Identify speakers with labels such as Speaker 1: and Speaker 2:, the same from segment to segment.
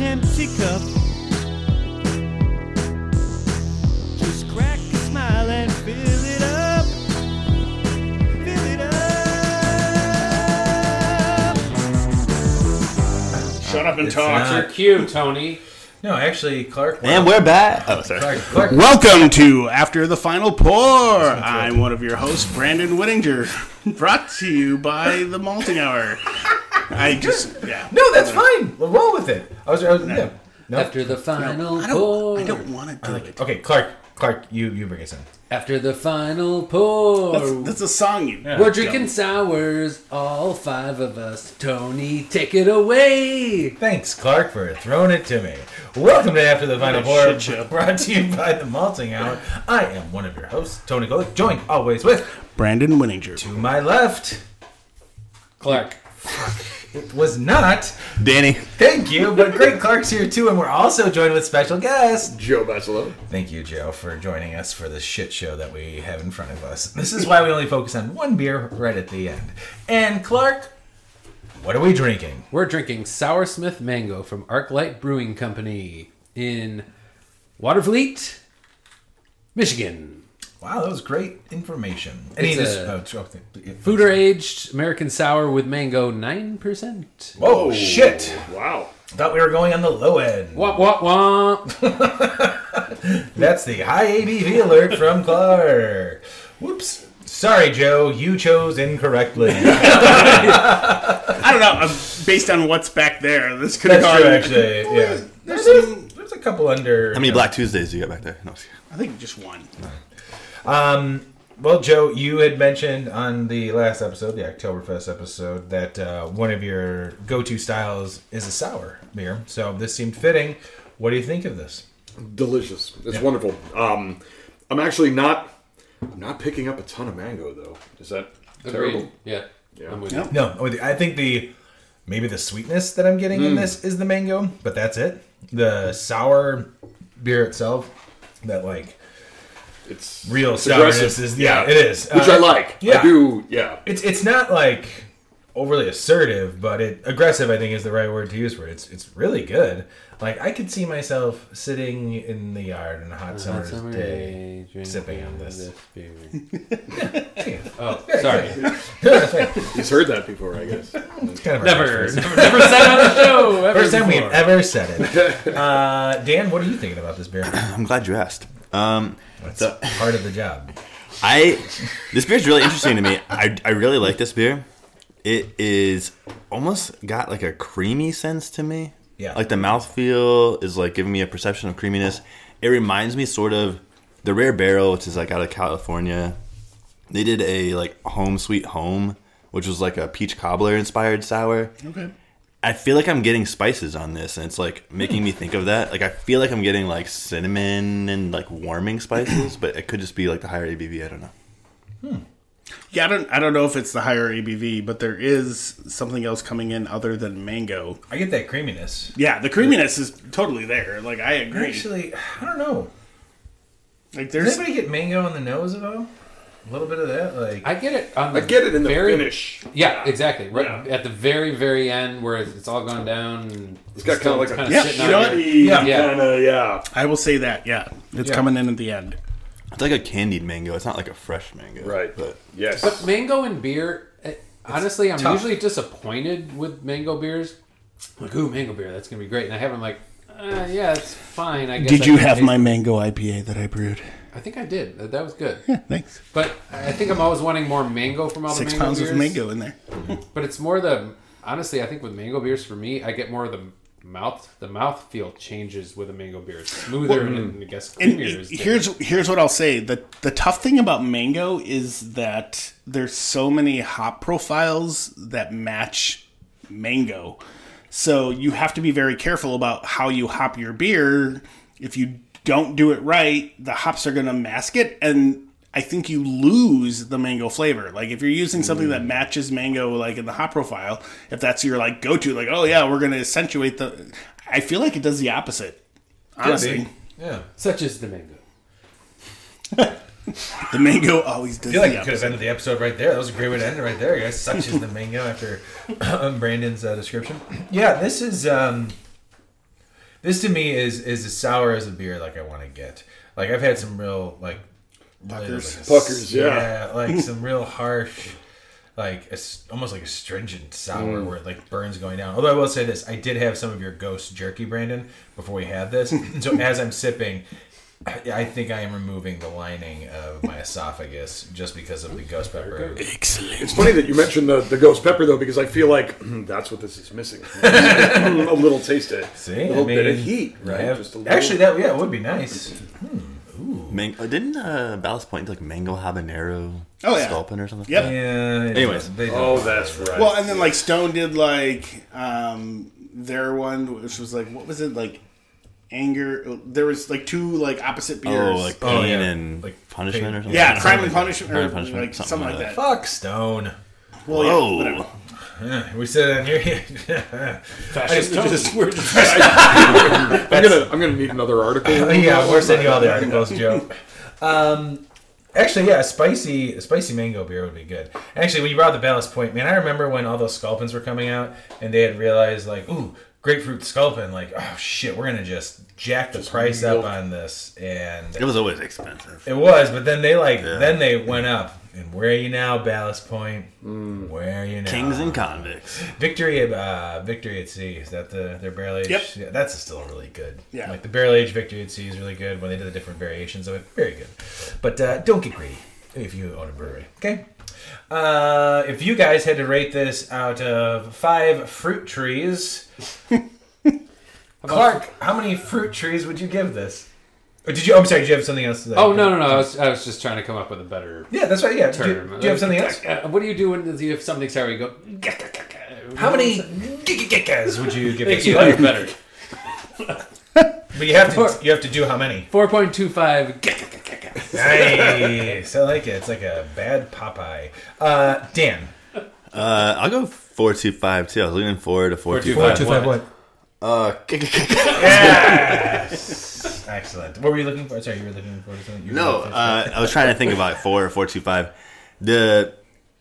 Speaker 1: empty cup. Just crack a smile and fill it up. Fill it up.
Speaker 2: Shut up and
Speaker 3: It's
Speaker 2: talk.
Speaker 3: not-
Speaker 2: Sir.
Speaker 3: Uh,
Speaker 4: Q, Tony.
Speaker 3: No, actually, Clark.
Speaker 2: And we're back. Oh, sorry.
Speaker 3: Clark, Clark,
Speaker 2: Welcome to After the Final Pour. I'm one of your hosts, Brandon Whittinger, brought to you by The Malting Hour. I just, yeah.
Speaker 3: No, that's fine. We'll roll with it. I was, I was yeah. No.
Speaker 4: After the final
Speaker 2: I
Speaker 4: pour.
Speaker 2: don't, I don't want to do it.
Speaker 3: Okay, Clark, Clark, you you bring us in.
Speaker 4: After the final pour.
Speaker 2: That's, that's a song you.
Speaker 4: We're drinking sours, all five of us. Tony, take it away.
Speaker 3: Thanks, Clark, for throwing it to me. Welcome to After the Final
Speaker 2: a
Speaker 3: Four,
Speaker 2: shit show.
Speaker 3: brought to you by the Malting Hour. I am one of your hosts, Tony Golick, joined always with
Speaker 2: Brandon Whittinger.
Speaker 3: to my left
Speaker 4: Clark.
Speaker 3: was not.
Speaker 5: Danny.
Speaker 3: Thank you, but great Clark's here too, and we're also joined with special guest.
Speaker 5: Joe Bachelot.
Speaker 3: Thank you, Joe, for joining us for this shit show that we have in front of us. This is why we only focus on one beer right at the end. And Clark, what are we drinking?
Speaker 4: We're drinking Soursmith Mango from Arclight Brewing Company in Waterfleet, Michigan.
Speaker 3: Wow, that was great information. Any
Speaker 4: It's
Speaker 3: this-
Speaker 4: a-
Speaker 3: oh, it's- okay.
Speaker 4: Fooder aged American sour with mango 9%.
Speaker 3: Whoa, shit!
Speaker 5: Wow.
Speaker 3: Thought we were going on the low end.
Speaker 4: Womp womp womp.
Speaker 3: That's the high ABV alert from Clark. Whoops. Sorry, Joe, you chose incorrectly.
Speaker 2: I don't know. I'm, based on what's back there, this could have
Speaker 3: That's
Speaker 2: gone.
Speaker 3: true, actually. Yeah. There's, there's, there's a couple under.
Speaker 5: How many Black Tuesdays do you got back there? No, I'm just kidding.
Speaker 2: I think just one.
Speaker 3: Well, Joe, you had mentioned on the last episode, the Oktoberfest episode, that uh, one of your go-to styles is a sour beer. So this seemed fitting. What do you think of this?
Speaker 5: Delicious. It's wonderful. Um, I'm actually not. I'm not picking up a ton of mango though. Is that terrible?
Speaker 4: Agreed. Yeah. I'm with
Speaker 2: Yeah.
Speaker 4: you.
Speaker 3: No, I think the maybe the sweetness that I'm getting
Speaker 5: Hmm.
Speaker 3: in this is the mango, but that's it. The sour beer itself, that like
Speaker 5: It's
Speaker 3: real
Speaker 5: it's
Speaker 3: sourness
Speaker 5: aggressive.
Speaker 3: is yeah, it is,
Speaker 5: Which
Speaker 3: Uh,
Speaker 5: I like.
Speaker 3: yeah.
Speaker 5: I do. Yeah.
Speaker 3: It's it's not like overly assertive, but it aggressive I think is the right word to use for it. It's it's really good. Like I could see myself sitting in the yard on a hot summer's
Speaker 4: Summer
Speaker 3: day.
Speaker 4: day, drinking
Speaker 3: sipping on this.
Speaker 4: beer.
Speaker 3: Oh,
Speaker 4: Sorry.
Speaker 5: He's heard that before, I guess.
Speaker 3: kind of our
Speaker 4: Never,
Speaker 3: first-
Speaker 4: never, never said on the show. ever
Speaker 3: First time we've
Speaker 4: before.
Speaker 3: ever said it. Uh, Dan, what are you thinking about this beer?
Speaker 5: I'm glad you asked. Um,
Speaker 3: That's
Speaker 5: So-
Speaker 3: part of the job.
Speaker 5: I this beer's really interesting to me. I, I really like this beer. It is almost got like a creamy sense to me.
Speaker 3: Yeah.
Speaker 5: Like the mouthfeel is like giving me a perception of creaminess. It reminds me sort of the Rare Barrel, which is like out of California. They did a like home sweet home, which was like a peach cobbler inspired sour.
Speaker 2: Okay.
Speaker 5: I feel like I'm getting spices on this, and it's like making me think of that. Like I feel like I'm getting like cinnamon and like warming spices, but it could just be like the higher ABV. I don't know.
Speaker 2: Yeah, I don't. I don't know if it's the higher ABV, but there is something else coming in other than mango.
Speaker 3: I get that creaminess.
Speaker 2: Yeah, the creaminess is totally there. Like I agree.
Speaker 3: Actually, I don't know.
Speaker 2: like
Speaker 3: Does
Speaker 2: there's.
Speaker 3: anybody get mango on the nose at all? A little bit of that, like
Speaker 4: I get it. On the
Speaker 5: I get it in the
Speaker 4: very,
Speaker 5: finish.
Speaker 4: Yeah, exactly. Right at the very, very end, where it's all gone down. and It's
Speaker 5: got kinda like a-
Speaker 4: kinda
Speaker 2: Yeah,
Speaker 4: sitting
Speaker 2: you
Speaker 4: on
Speaker 2: know
Speaker 4: your-
Speaker 2: what?
Speaker 3: yeah,
Speaker 4: Yeah.
Speaker 5: of yeah.
Speaker 2: I will say that. Yeah, it's
Speaker 3: Yeah.
Speaker 2: coming in at the end.
Speaker 5: It's like a candied mango. It's not like a fresh mango.
Speaker 6: Right.
Speaker 5: But
Speaker 6: Yes.
Speaker 4: But mango and beer, eh, honestly, I'm
Speaker 3: tough.
Speaker 4: usually disappointed with mango beers. I'm like, ooh, mango beer, that's gonna be great. And I have, it, I'm like, uh, yeah, it's fine. I guess I can taste-
Speaker 2: mango IPA that I brewed?
Speaker 4: I think I did. That- That was good.
Speaker 2: Thanks.
Speaker 4: But I think I'm always wanting more mango from all
Speaker 2: Six
Speaker 4: the mango
Speaker 2: pounds
Speaker 4: beers.
Speaker 2: of mango in there.
Speaker 4: But it's more the honestly, I think with mango beers for me, I get more of the mouth. The mouth feel changes with a mango beer. It's smoother and I guess
Speaker 2: And
Speaker 4: creamier. is different.
Speaker 2: here's here's what I'll say. The the tough thing about mango is that there's so many hop profiles that match mango. So you have to be very careful about how you hop your beer. If you don't do it right, the hops are going to mask it and I think you lose the mango flavor. Like if you're using something that matches mango like in the hop profile, if that's your like go to like, "Oh yeah, we're going to accentuate the I feel like it does the opposite. Honestly.
Speaker 3: yeah.
Speaker 4: such as the mango.
Speaker 2: The mango always does
Speaker 3: I feel like
Speaker 2: the
Speaker 3: you could have
Speaker 2: opposite.
Speaker 3: ended the episode right there. That was a great way to end it right there, guys. Such is the mango after um, Brandon's uh, description. Yeah, this is um, This to me is is as sour as a beer like I want to get. Like I've had some real like really,
Speaker 2: Puckers.
Speaker 3: like,
Speaker 6: Puckers, yeah.
Speaker 3: like some real harsh, like as- almost like astringent sour
Speaker 6: Mm.
Speaker 3: where it like burns going down. Although I will say this, I did have some of your ghost jerky, Brandon, before we had this. so as I'm sipping. I I think I am removing the lining of my esophagus just because of the ghost pepper.
Speaker 6: It's funny that you mentioned the, the ghost pepper though, because I feel like
Speaker 5: hmm,
Speaker 6: mm, that's what this is missing. a little taste of
Speaker 3: See,
Speaker 6: a little
Speaker 3: I mean,
Speaker 6: bit of heat,
Speaker 3: I
Speaker 6: right?
Speaker 3: have-
Speaker 6: Just a little-
Speaker 3: actually, that yeah, it would be nice.
Speaker 5: Mang- uh, didn't uh, Ballast Point do like mango habanero
Speaker 2: Oh, yeah.
Speaker 5: scalpin or something?
Speaker 2: Yep.
Speaker 3: Yeah. it
Speaker 5: Anyways.
Speaker 3: does. They don't.
Speaker 6: Oh, that's right.
Speaker 2: Well, and then like Stone did like um their one, which was like what was it like anger? There was like two like opposite
Speaker 5: Oh,
Speaker 2: beers.
Speaker 5: like pain
Speaker 3: Oh, yeah.
Speaker 5: and
Speaker 3: Like
Speaker 5: punishment
Speaker 3: pain.
Speaker 5: or something.
Speaker 2: yeah, crime and punishment,
Speaker 5: Crime
Speaker 2: or
Speaker 5: and Punishment,
Speaker 2: like something, like that.
Speaker 3: fuck Stone.
Speaker 2: Well, yeah,
Speaker 5: Whoa.
Speaker 2: whatever.
Speaker 3: Yeah, We sit on here.
Speaker 2: Just- we're just-
Speaker 6: I'm gonna I'm gonna need another article.
Speaker 3: yeah, we're sending you all the articles, Joe. Um, actually, yeah, a spicy, a spicy mango beer would be good. Actually, when you brought the Ballast Point, man, I remember when all those sculpins were coming out, and they had realized like, ooh, grapefruit sculpin, like, oh shit, we're gonna just jack the price up on this, and
Speaker 5: It was always expensive.
Speaker 3: It was, but then they like then they went up. And where are you now, Ballast Point? Where are you now?
Speaker 5: Kings and convicts.
Speaker 3: Victory at uh, Victory at Sea is that the their barrel age?
Speaker 2: Yep.
Speaker 3: Yeah, that's still really good.
Speaker 2: Yeah.
Speaker 3: like the barrel age Victory at Sea is really good. When they did the different variations of it, very good. But uh, don't get greedy if you own a brewery. Okay. Uh, if you guys had to rate this out of five fruit trees, Clark, how many fruit trees would you give this? Or did you? oh, I'm sorry. Did you have something else? That
Speaker 4: Oh no no no! I was, I was just trying to come up with a better
Speaker 3: Yeah, that's right. Yeah. Do,
Speaker 4: term.
Speaker 3: do you have something else?
Speaker 4: Uh, What do you do when you have something sour? You go.
Speaker 3: How many gigas would you give
Speaker 4: Thank
Speaker 3: this?
Speaker 4: you. That was better.
Speaker 3: But you have to you have to do how many?
Speaker 4: Four point two five.
Speaker 3: Nice. I like it. It's like a bad Popeye. Uh, Dan.
Speaker 5: Uh, I'll go four two five too. I was leaning forward to four
Speaker 4: 425.
Speaker 5: two five.
Speaker 4: Four, two,
Speaker 3: what?
Speaker 4: five,
Speaker 5: Uh,
Speaker 3: Excellent. What were you looking for? Sorry, you were looking for something. You were
Speaker 5: no,
Speaker 3: looking for-
Speaker 5: uh, I was trying to think about four or four two five. The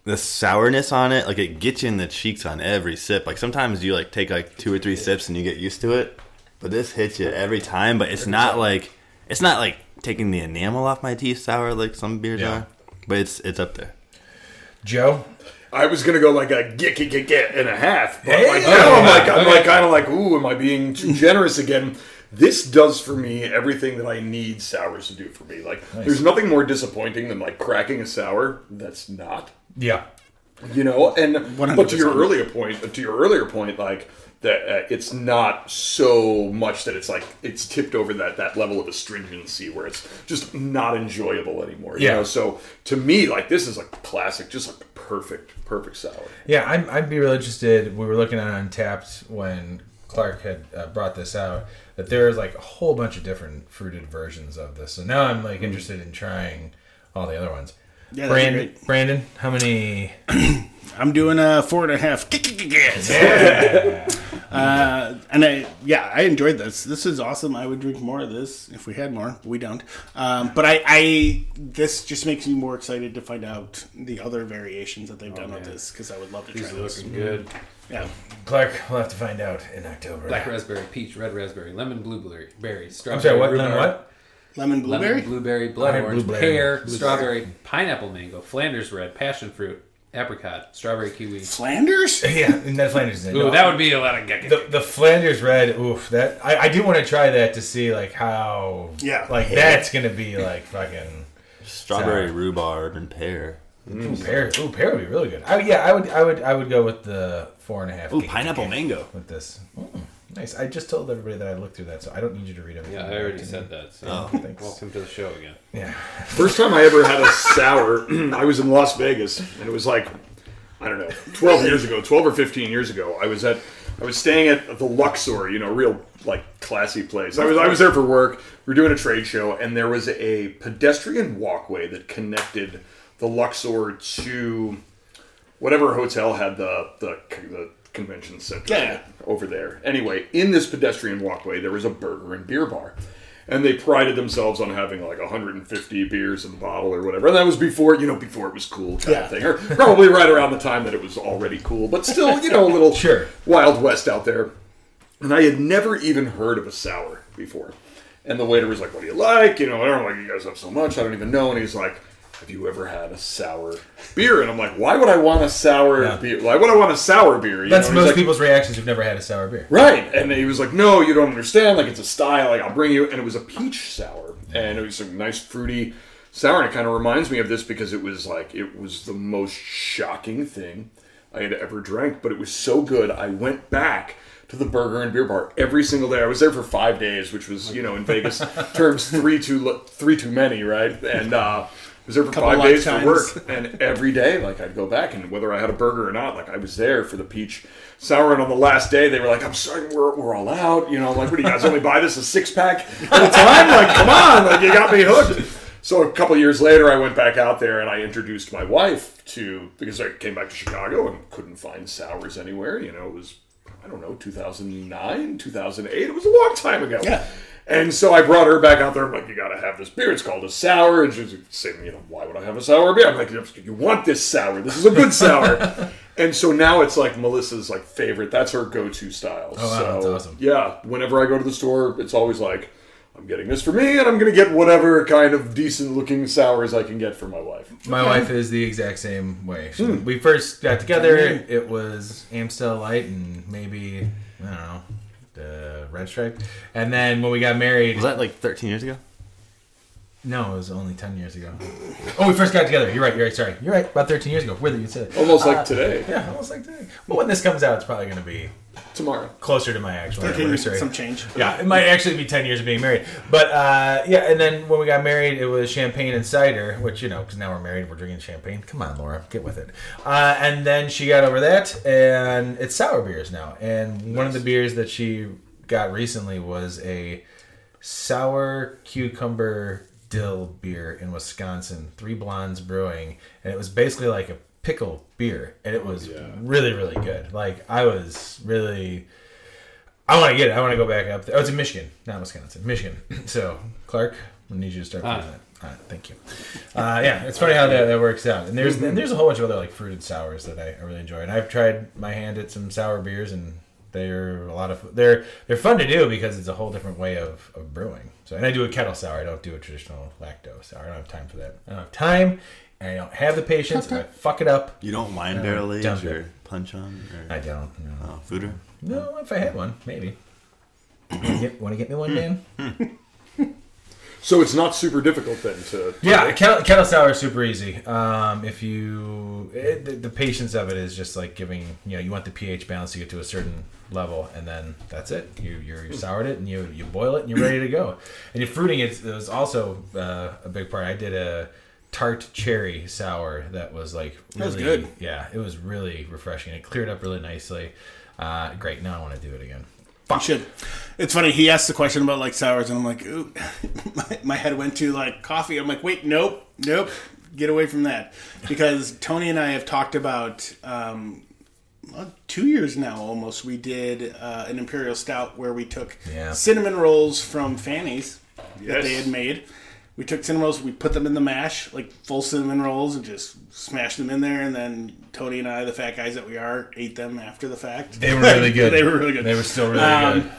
Speaker 5: the sourness on it, like it gets you in the cheeks on every sip. Like sometimes you like take like two or three sips and you get used to it, but this hits you every time. But it's not like it's not like taking the enamel off my teeth sour like some beers
Speaker 3: Yeah.
Speaker 5: are. But it's it's up there.
Speaker 3: Joe.
Speaker 6: I was gonna go like a get get get, get and a half, but
Speaker 3: Hey!
Speaker 6: like now I'm like I'm
Speaker 4: Okay.
Speaker 6: like kind of like ooh, am I being too generous again? This does for me everything that I need sours to do for me. Like there's nothing more disappointing than like cracking a sour that's not
Speaker 3: Yeah.
Speaker 6: you know and but to
Speaker 2: 100%.
Speaker 6: your earlier point to your earlier point like that uh, it's not so much that it's like it's tipped over that that level of astringency where it's just not enjoyable anymore you
Speaker 3: Yeah.
Speaker 6: know so to me like this is a classic just like a perfect perfect sour
Speaker 3: Yeah, I'm, I'd be real interested. We were looking at Untapped when Clark had uh, brought this out, that there was like a whole bunch of different fruited versions of this. So now I'm like interested in trying all the other ones.
Speaker 2: Hmm. Yeah, that'd be
Speaker 3: Brandon,
Speaker 2: great.
Speaker 3: Brandon, how many?
Speaker 2: I'm doing a four and a half. uh, and I, yeah, I enjoyed this. This is awesome. I would drink more of this if we had more. We don't. Um, but I, I, this just makes me more excited to find out the other variations that they've done with this because I would love to try
Speaker 4: Oh, These are
Speaker 2: those.
Speaker 4: looking good.
Speaker 2: Yeah.
Speaker 3: Clark, we'll have to find out in October.
Speaker 4: Black raspberry, peach, red raspberry, lemon blueberry, berry, strawberry.
Speaker 3: I'm sorry, what?
Speaker 4: rhubarb,
Speaker 3: Lemon what?
Speaker 2: Lemon blueberry.
Speaker 4: Lemon, blueberry, blood
Speaker 3: Alright,
Speaker 4: orange,
Speaker 3: blueberry.
Speaker 4: pear, strawberry, pineapple mango, Flanders red, passion fruit, apricot, strawberry kiwi.
Speaker 2: Flanders?
Speaker 3: Yeah, and that Flanders.
Speaker 4: Ooh, that would be a lot of geck.
Speaker 3: the, the Flanders red. Oof, that I, I do want to try that to see like how.
Speaker 2: Yeah.
Speaker 3: like that's gonna be like fucking.
Speaker 5: Strawberry,
Speaker 3: Sour.
Speaker 5: rhubarb, and pear.
Speaker 3: Ooh, pear. Ooh, pear would be really good. I, yeah, I would, I would, I would go with the four and a half.
Speaker 5: Ooh,
Speaker 3: gig-
Speaker 5: pineapple
Speaker 3: gig
Speaker 5: mango.
Speaker 3: With this, Mm, nice. I just told everybody that I looked through that, so I don't need you to read everything.
Speaker 4: Yeah, I already said that. So
Speaker 3: Oh, Thanks.
Speaker 4: welcome to the show again.
Speaker 3: Yeah.
Speaker 6: First time I ever had a sour, I was in Las Vegas, and it was like, I don't know, 12 years ago, 12 or 15 years ago. I was at, I was staying at the Luxor, you know, real like classy place. I was, I was there for work. We were doing a trade show, and there was a pedestrian walkway that connected the Luxor to whatever hotel had the the, the convention center
Speaker 2: Yeah.
Speaker 6: over there. Anyway, in this pedestrian walkway, there was a burger and beer bar. And they prided themselves on having like 150 beers in a bottle or whatever. And that was before, you know, before it was cool kind
Speaker 2: Yeah.
Speaker 6: of thing. Or probably right around the time that it was already cool, but still, you know, a little
Speaker 3: Sure.
Speaker 6: Wild West out there. And I had never even heard of a sour before. And the waiter was like, What do you like? You know, I don't like you guys have so much. I don't even know. And he's like, Have you ever had a sour beer? And I'm like, Why would I want a sour
Speaker 3: Yeah.
Speaker 6: beer? Why would I want a sour beer? You
Speaker 3: That's
Speaker 6: know, and he's
Speaker 3: most
Speaker 6: like,
Speaker 3: people's reactions who've never had a sour beer.
Speaker 6: Right. And he was like, No, you don't understand. Like, it's a style. Like, I'll bring you. And it was a peach sour. And it was a nice fruity sour. And it kind of reminds me of this because it was like, it was the most shocking thing I had ever drank. But it was so good. I went back to the burger and beer bar every single day. I was there for five days, which was, you know, in Vegas terms, three too, lo- three too many, right? And, uh, I was there for five days for
Speaker 2: lifetimes.
Speaker 6: work, and every day, like I'd go back, and whether I had a burger or not, like I was there for the peach sour. And on the last day, they were like, "I'm sorry, we're, we're all out." You know, I'm like, "What do you guys only buy this a six pack at a time?" Like, come on, like you got me hooked. So a couple years later, I went back out there and I introduced my wife to because I came back to Chicago and couldn't find sours anywhere. You know, it was I don't know 2009, 2008. It was a long time ago.
Speaker 2: Yeah.
Speaker 6: And so I brought her back out there. I'm like, you gotta have this beer. It's called a sour. And she's saying, you know, why would I have a sour beer? I'm like, you want this sour. This is a good sour. and so now it's like Melissa's like favorite. That's her go-to style.
Speaker 3: Oh, wow,
Speaker 6: so
Speaker 3: that's awesome.
Speaker 6: yeah, whenever I go to the store, it's always like, I'm getting this for me, and I'm gonna get whatever kind of decent-looking sours I can get for my wife.
Speaker 3: My wife is the exact same way. She-
Speaker 5: Hmm.
Speaker 3: We first got together. It was Amstel Light and maybe I don't know the Red Stripe. And then when we got married,
Speaker 5: Was that like 13 years ago?
Speaker 3: no, it was only ten years ago. Oh, we first got together. You're right. You're right. Sorry. You're right. About thirteen years ago. Whether you said it.
Speaker 6: Almost like today,
Speaker 3: Yeah, almost like that. But when this comes out, it's probably going to be
Speaker 6: tomorrow.
Speaker 3: closer to my actual
Speaker 2: Taking
Speaker 3: anniversary.
Speaker 2: some change.
Speaker 3: Yeah, it might actually be 10 years of being married. But uh, yeah, and then when we got married, it was champagne and cider, which, you know, because now we're married, we're drinking champagne. Come on, Laura, get with it. Uh, and then she got over that, and it's sour beers now. And one of the beers that she got recently was a sour cucumber dill beer in Wisconsin, Three Blondes Brewing, and it was basically like a pickle beer, and it was really, really good. Like I was really, I want to get it. I want to go back up there. Oh, it's in Michigan, not Wisconsin, Michigan. So Clark, I need you to start.
Speaker 4: Ah.
Speaker 3: with that. All right, thank you. Uh, yeah, it's funny how that, that works out. And there's and there's a whole bunch of other like fruited sours that I, I really enjoy. And I've tried my hand at some sour beers, and they're a lot of they're they're fun to do because it's a whole different way of, of brewing. So and I do a kettle sour. I don't do a traditional lactose sour. I don't have time for that. I don't have time, and I don't have the patience. And I fuck it up.
Speaker 5: You don't wine barrel age
Speaker 3: dump
Speaker 5: or punch on or
Speaker 3: I don't. No,
Speaker 5: uh, fooder?
Speaker 3: no if I had one, maybe. Want to get, wanna get me one, Dan?
Speaker 6: So it's not super difficult then to.
Speaker 3: Yeah, kettle, kettle sour is super easy. Um, if you it, the, the patience of it is just like giving you know you want the pH balance to get to a certain level, and then that's it. You you're, you soured it and you you boil it and you're ready to go. And your fruiting is, is also uh, a big part. I did a tart cherry sour that was like really
Speaker 2: was good.
Speaker 3: Yeah, it was really refreshing. It cleared up really nicely. Uh, great. Now I want to do it again.
Speaker 2: You should. It's funny. He asked the question about like sours, and I'm like, ooh, my, my head went to like coffee. I'm like, wait, nope, nope, get away from that, because Tony and I have talked about um, uh, two years now almost. We did uh, an imperial stout where we took
Speaker 3: Yeah.
Speaker 2: cinnamon rolls from Fanny's that
Speaker 6: Yes.
Speaker 2: they had made. We took cinnamon rolls, we put them in the mash, like full cinnamon rolls, and just smashed them in there. And then Tony and I, the fat guys that we are, ate them after the fact.
Speaker 3: They were really good.
Speaker 2: they were really good.
Speaker 3: They were still really good.
Speaker 2: Um,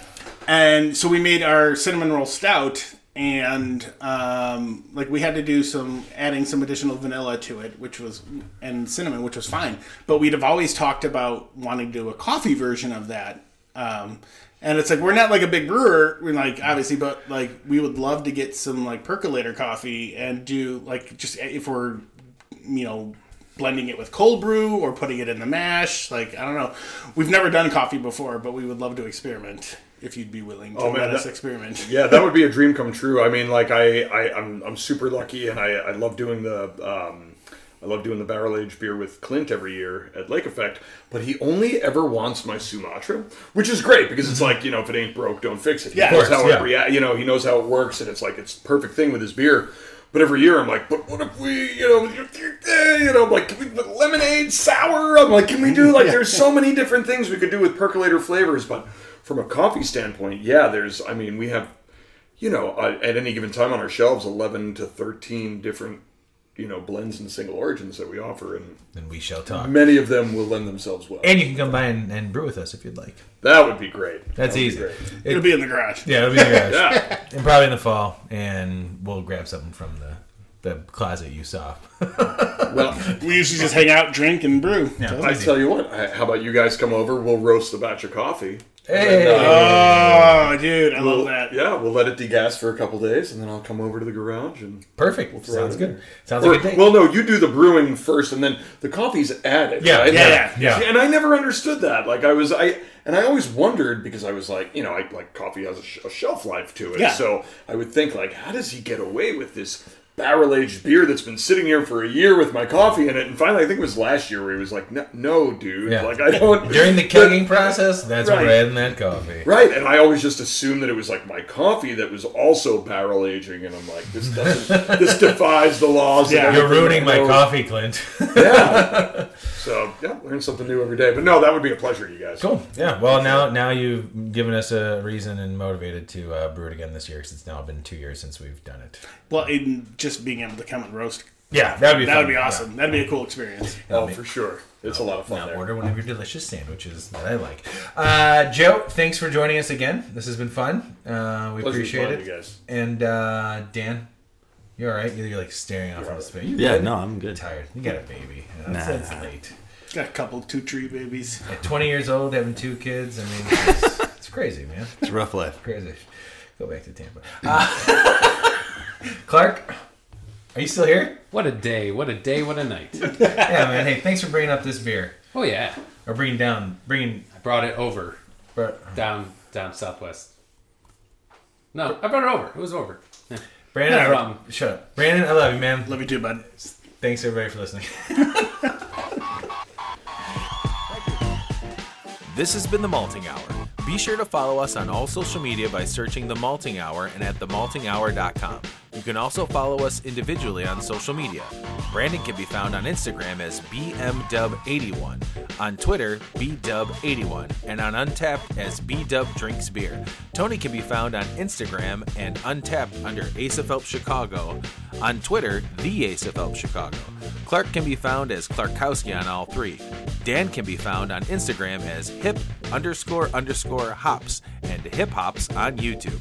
Speaker 2: and so we made our cinnamon roll stout, and um, like we had to do some adding some additional vanilla to it, which was and cinnamon, which was fine. But we'd have always talked about wanting to do a coffee version of that. Um, and it's like we're not like a big brewer, we're like obviously, but like we would love to get some like percolator coffee and do like just if we're you know blending it with cold brew or putting it in the mash like i don't know we've never done coffee before but we would love to experiment if you'd be willing to
Speaker 6: Oh, man,
Speaker 2: let us
Speaker 6: that-
Speaker 2: experiment
Speaker 6: yeah, that would be a dream come true. I mean, like I, I I'm, I'm super lucky, and I, I love doing the, um, I love doing the barrel aged beer with Clint every year at Lake Effect. But he only ever wants my Sumatra, which is great because it's like you know, if it ain't broke, don't fix it. He
Speaker 2: Yeah.
Speaker 6: knows
Speaker 3: Of course,
Speaker 6: how
Speaker 3: Mm-hmm. yeah.
Speaker 6: it rea- You know, he knows how it works, and it's like it's the perfect thing with his beer. But every year I'm like, but what if we, you know, you know, I'm like, can we put lemonade sour? I'm like, can we do like? There's so many different things we could do with percolator flavors, but from a coffee standpoint, yeah, there's. I mean, we have you know, uh, at any given time on our shelves, 11 to 13 different you know blends and single origins that we offer, and
Speaker 3: Then we shall talk.
Speaker 6: many of them will lend themselves well.
Speaker 3: And you can come by and, and brew with us if you'd like.
Speaker 6: That would be great.
Speaker 3: That's
Speaker 6: That would be
Speaker 3: easy.
Speaker 6: great.
Speaker 2: It'll be in the garage.
Speaker 3: Yeah, it'll be in your garage.
Speaker 6: Yeah,
Speaker 3: and probably in the fall, and we'll grab something from the the closet you saw.
Speaker 6: well,
Speaker 2: We usually just hang out, drink, and brew.
Speaker 6: I tell you what. I- How about you guys come over? We'll roast a batch of coffee.
Speaker 3: Hey,
Speaker 6: uh,
Speaker 2: Oh, dude, I love
Speaker 6: We'll-
Speaker 2: that.
Speaker 6: Yeah, we'll let it degas for a couple days, and then I'll come over to the garage and.
Speaker 3: perfect.
Speaker 6: throw
Speaker 3: Sounds
Speaker 6: it
Speaker 3: good. Sounds
Speaker 6: Or,
Speaker 3: like a date.
Speaker 6: well, no, you do the brewing first, and then the coffee's added.
Speaker 3: yeah,
Speaker 6: right?
Speaker 3: yeah,
Speaker 2: yeah,
Speaker 3: yeah, yeah.
Speaker 6: See, and I never understood that. Like I was, I and I always wondered because I was like, you know, I like coffee has a, sh- a shelf life to it.
Speaker 2: Yeah.
Speaker 6: So I would think like, how does he get away with this barrel aged beer that's been sitting here for a year with my coffee in it? And finally, I think it was last year where he was like, no, no dude,
Speaker 3: Yeah.
Speaker 6: like I don't.
Speaker 3: During the kegging process, that's
Speaker 6: Right.
Speaker 3: bread and that coffee.
Speaker 6: Right, and I always just assumed that it was like my coffee that was also barrel aging, and I'm like, this doesn't, this defies the laws. and
Speaker 2: Yeah.
Speaker 3: You're
Speaker 6: everything
Speaker 3: ruining my
Speaker 6: I know.
Speaker 3: coffee, Clint.
Speaker 6: Yeah. so yeah, learn something new every day. But no, that would be a pleasure, you guys.
Speaker 3: cool. Yeah. Well, now now you've given us a reason and motivated to uh, brew it again this year because it's now been two years since we've done it.
Speaker 2: Well, and just being able to come and roast.
Speaker 3: Yeah, that'd be
Speaker 2: That
Speaker 3: fun.
Speaker 2: would be
Speaker 3: Yeah.
Speaker 2: awesome. That'd be a cool experience.
Speaker 6: Oh, for sure, it's a lot of fun.
Speaker 3: Now
Speaker 6: there.
Speaker 3: order one of your delicious sandwiches that I like. Uh, Joe, thanks for joining us again. This has been fun. Uh, we
Speaker 6: Pleasure to
Speaker 3: appreciate
Speaker 6: find
Speaker 3: it.
Speaker 6: you guys.
Speaker 3: And uh, Dan, you all right? You're, you're like staring off into space. You
Speaker 5: Yeah,
Speaker 3: good?
Speaker 5: no, I'm good.
Speaker 3: tired. You got a baby. That's,
Speaker 5: Nah.
Speaker 3: that's late.
Speaker 2: Got a couple two tree babies.
Speaker 3: At 20 years old, having two kids. I mean, it's, it's crazy, man.
Speaker 5: It's a rough life.
Speaker 3: Crazy. Go back to Tampa. Uh, Clark, are you still here?
Speaker 4: What a day! What a day! What a night!
Speaker 3: Yeah, man. Hey, thanks for bringing up this beer
Speaker 4: Oh yeah,
Speaker 3: or bringing down, bringing.
Speaker 4: I brought it over
Speaker 3: br-
Speaker 4: down down southwest. No, I brought it over. It was over.
Speaker 3: Brandon,
Speaker 4: No
Speaker 3: I-
Speaker 4: problem.
Speaker 3: shut up. Brandon, I love you, man.
Speaker 2: Love you too, bud.
Speaker 3: Thanks everybody for listening.
Speaker 7: This has been The Malting Hour. Be sure to follow us on all social media by searching The Malting Hour and at themaltinghour.com. You can also follow us individually on social media. Brandon can be found on Instagram as BMDub81, on Twitter, BDub81, and on Untapped as BDub Drinks Beer. Tony can be found on Instagram and Untapped under Ace of Help Chicago, on Twitter, The Ace of Help Chicago. Clark can be found as Clarkowski on all three. Dan can be found on Instagram as hip underscore underscore hops and hip hops on YouTube.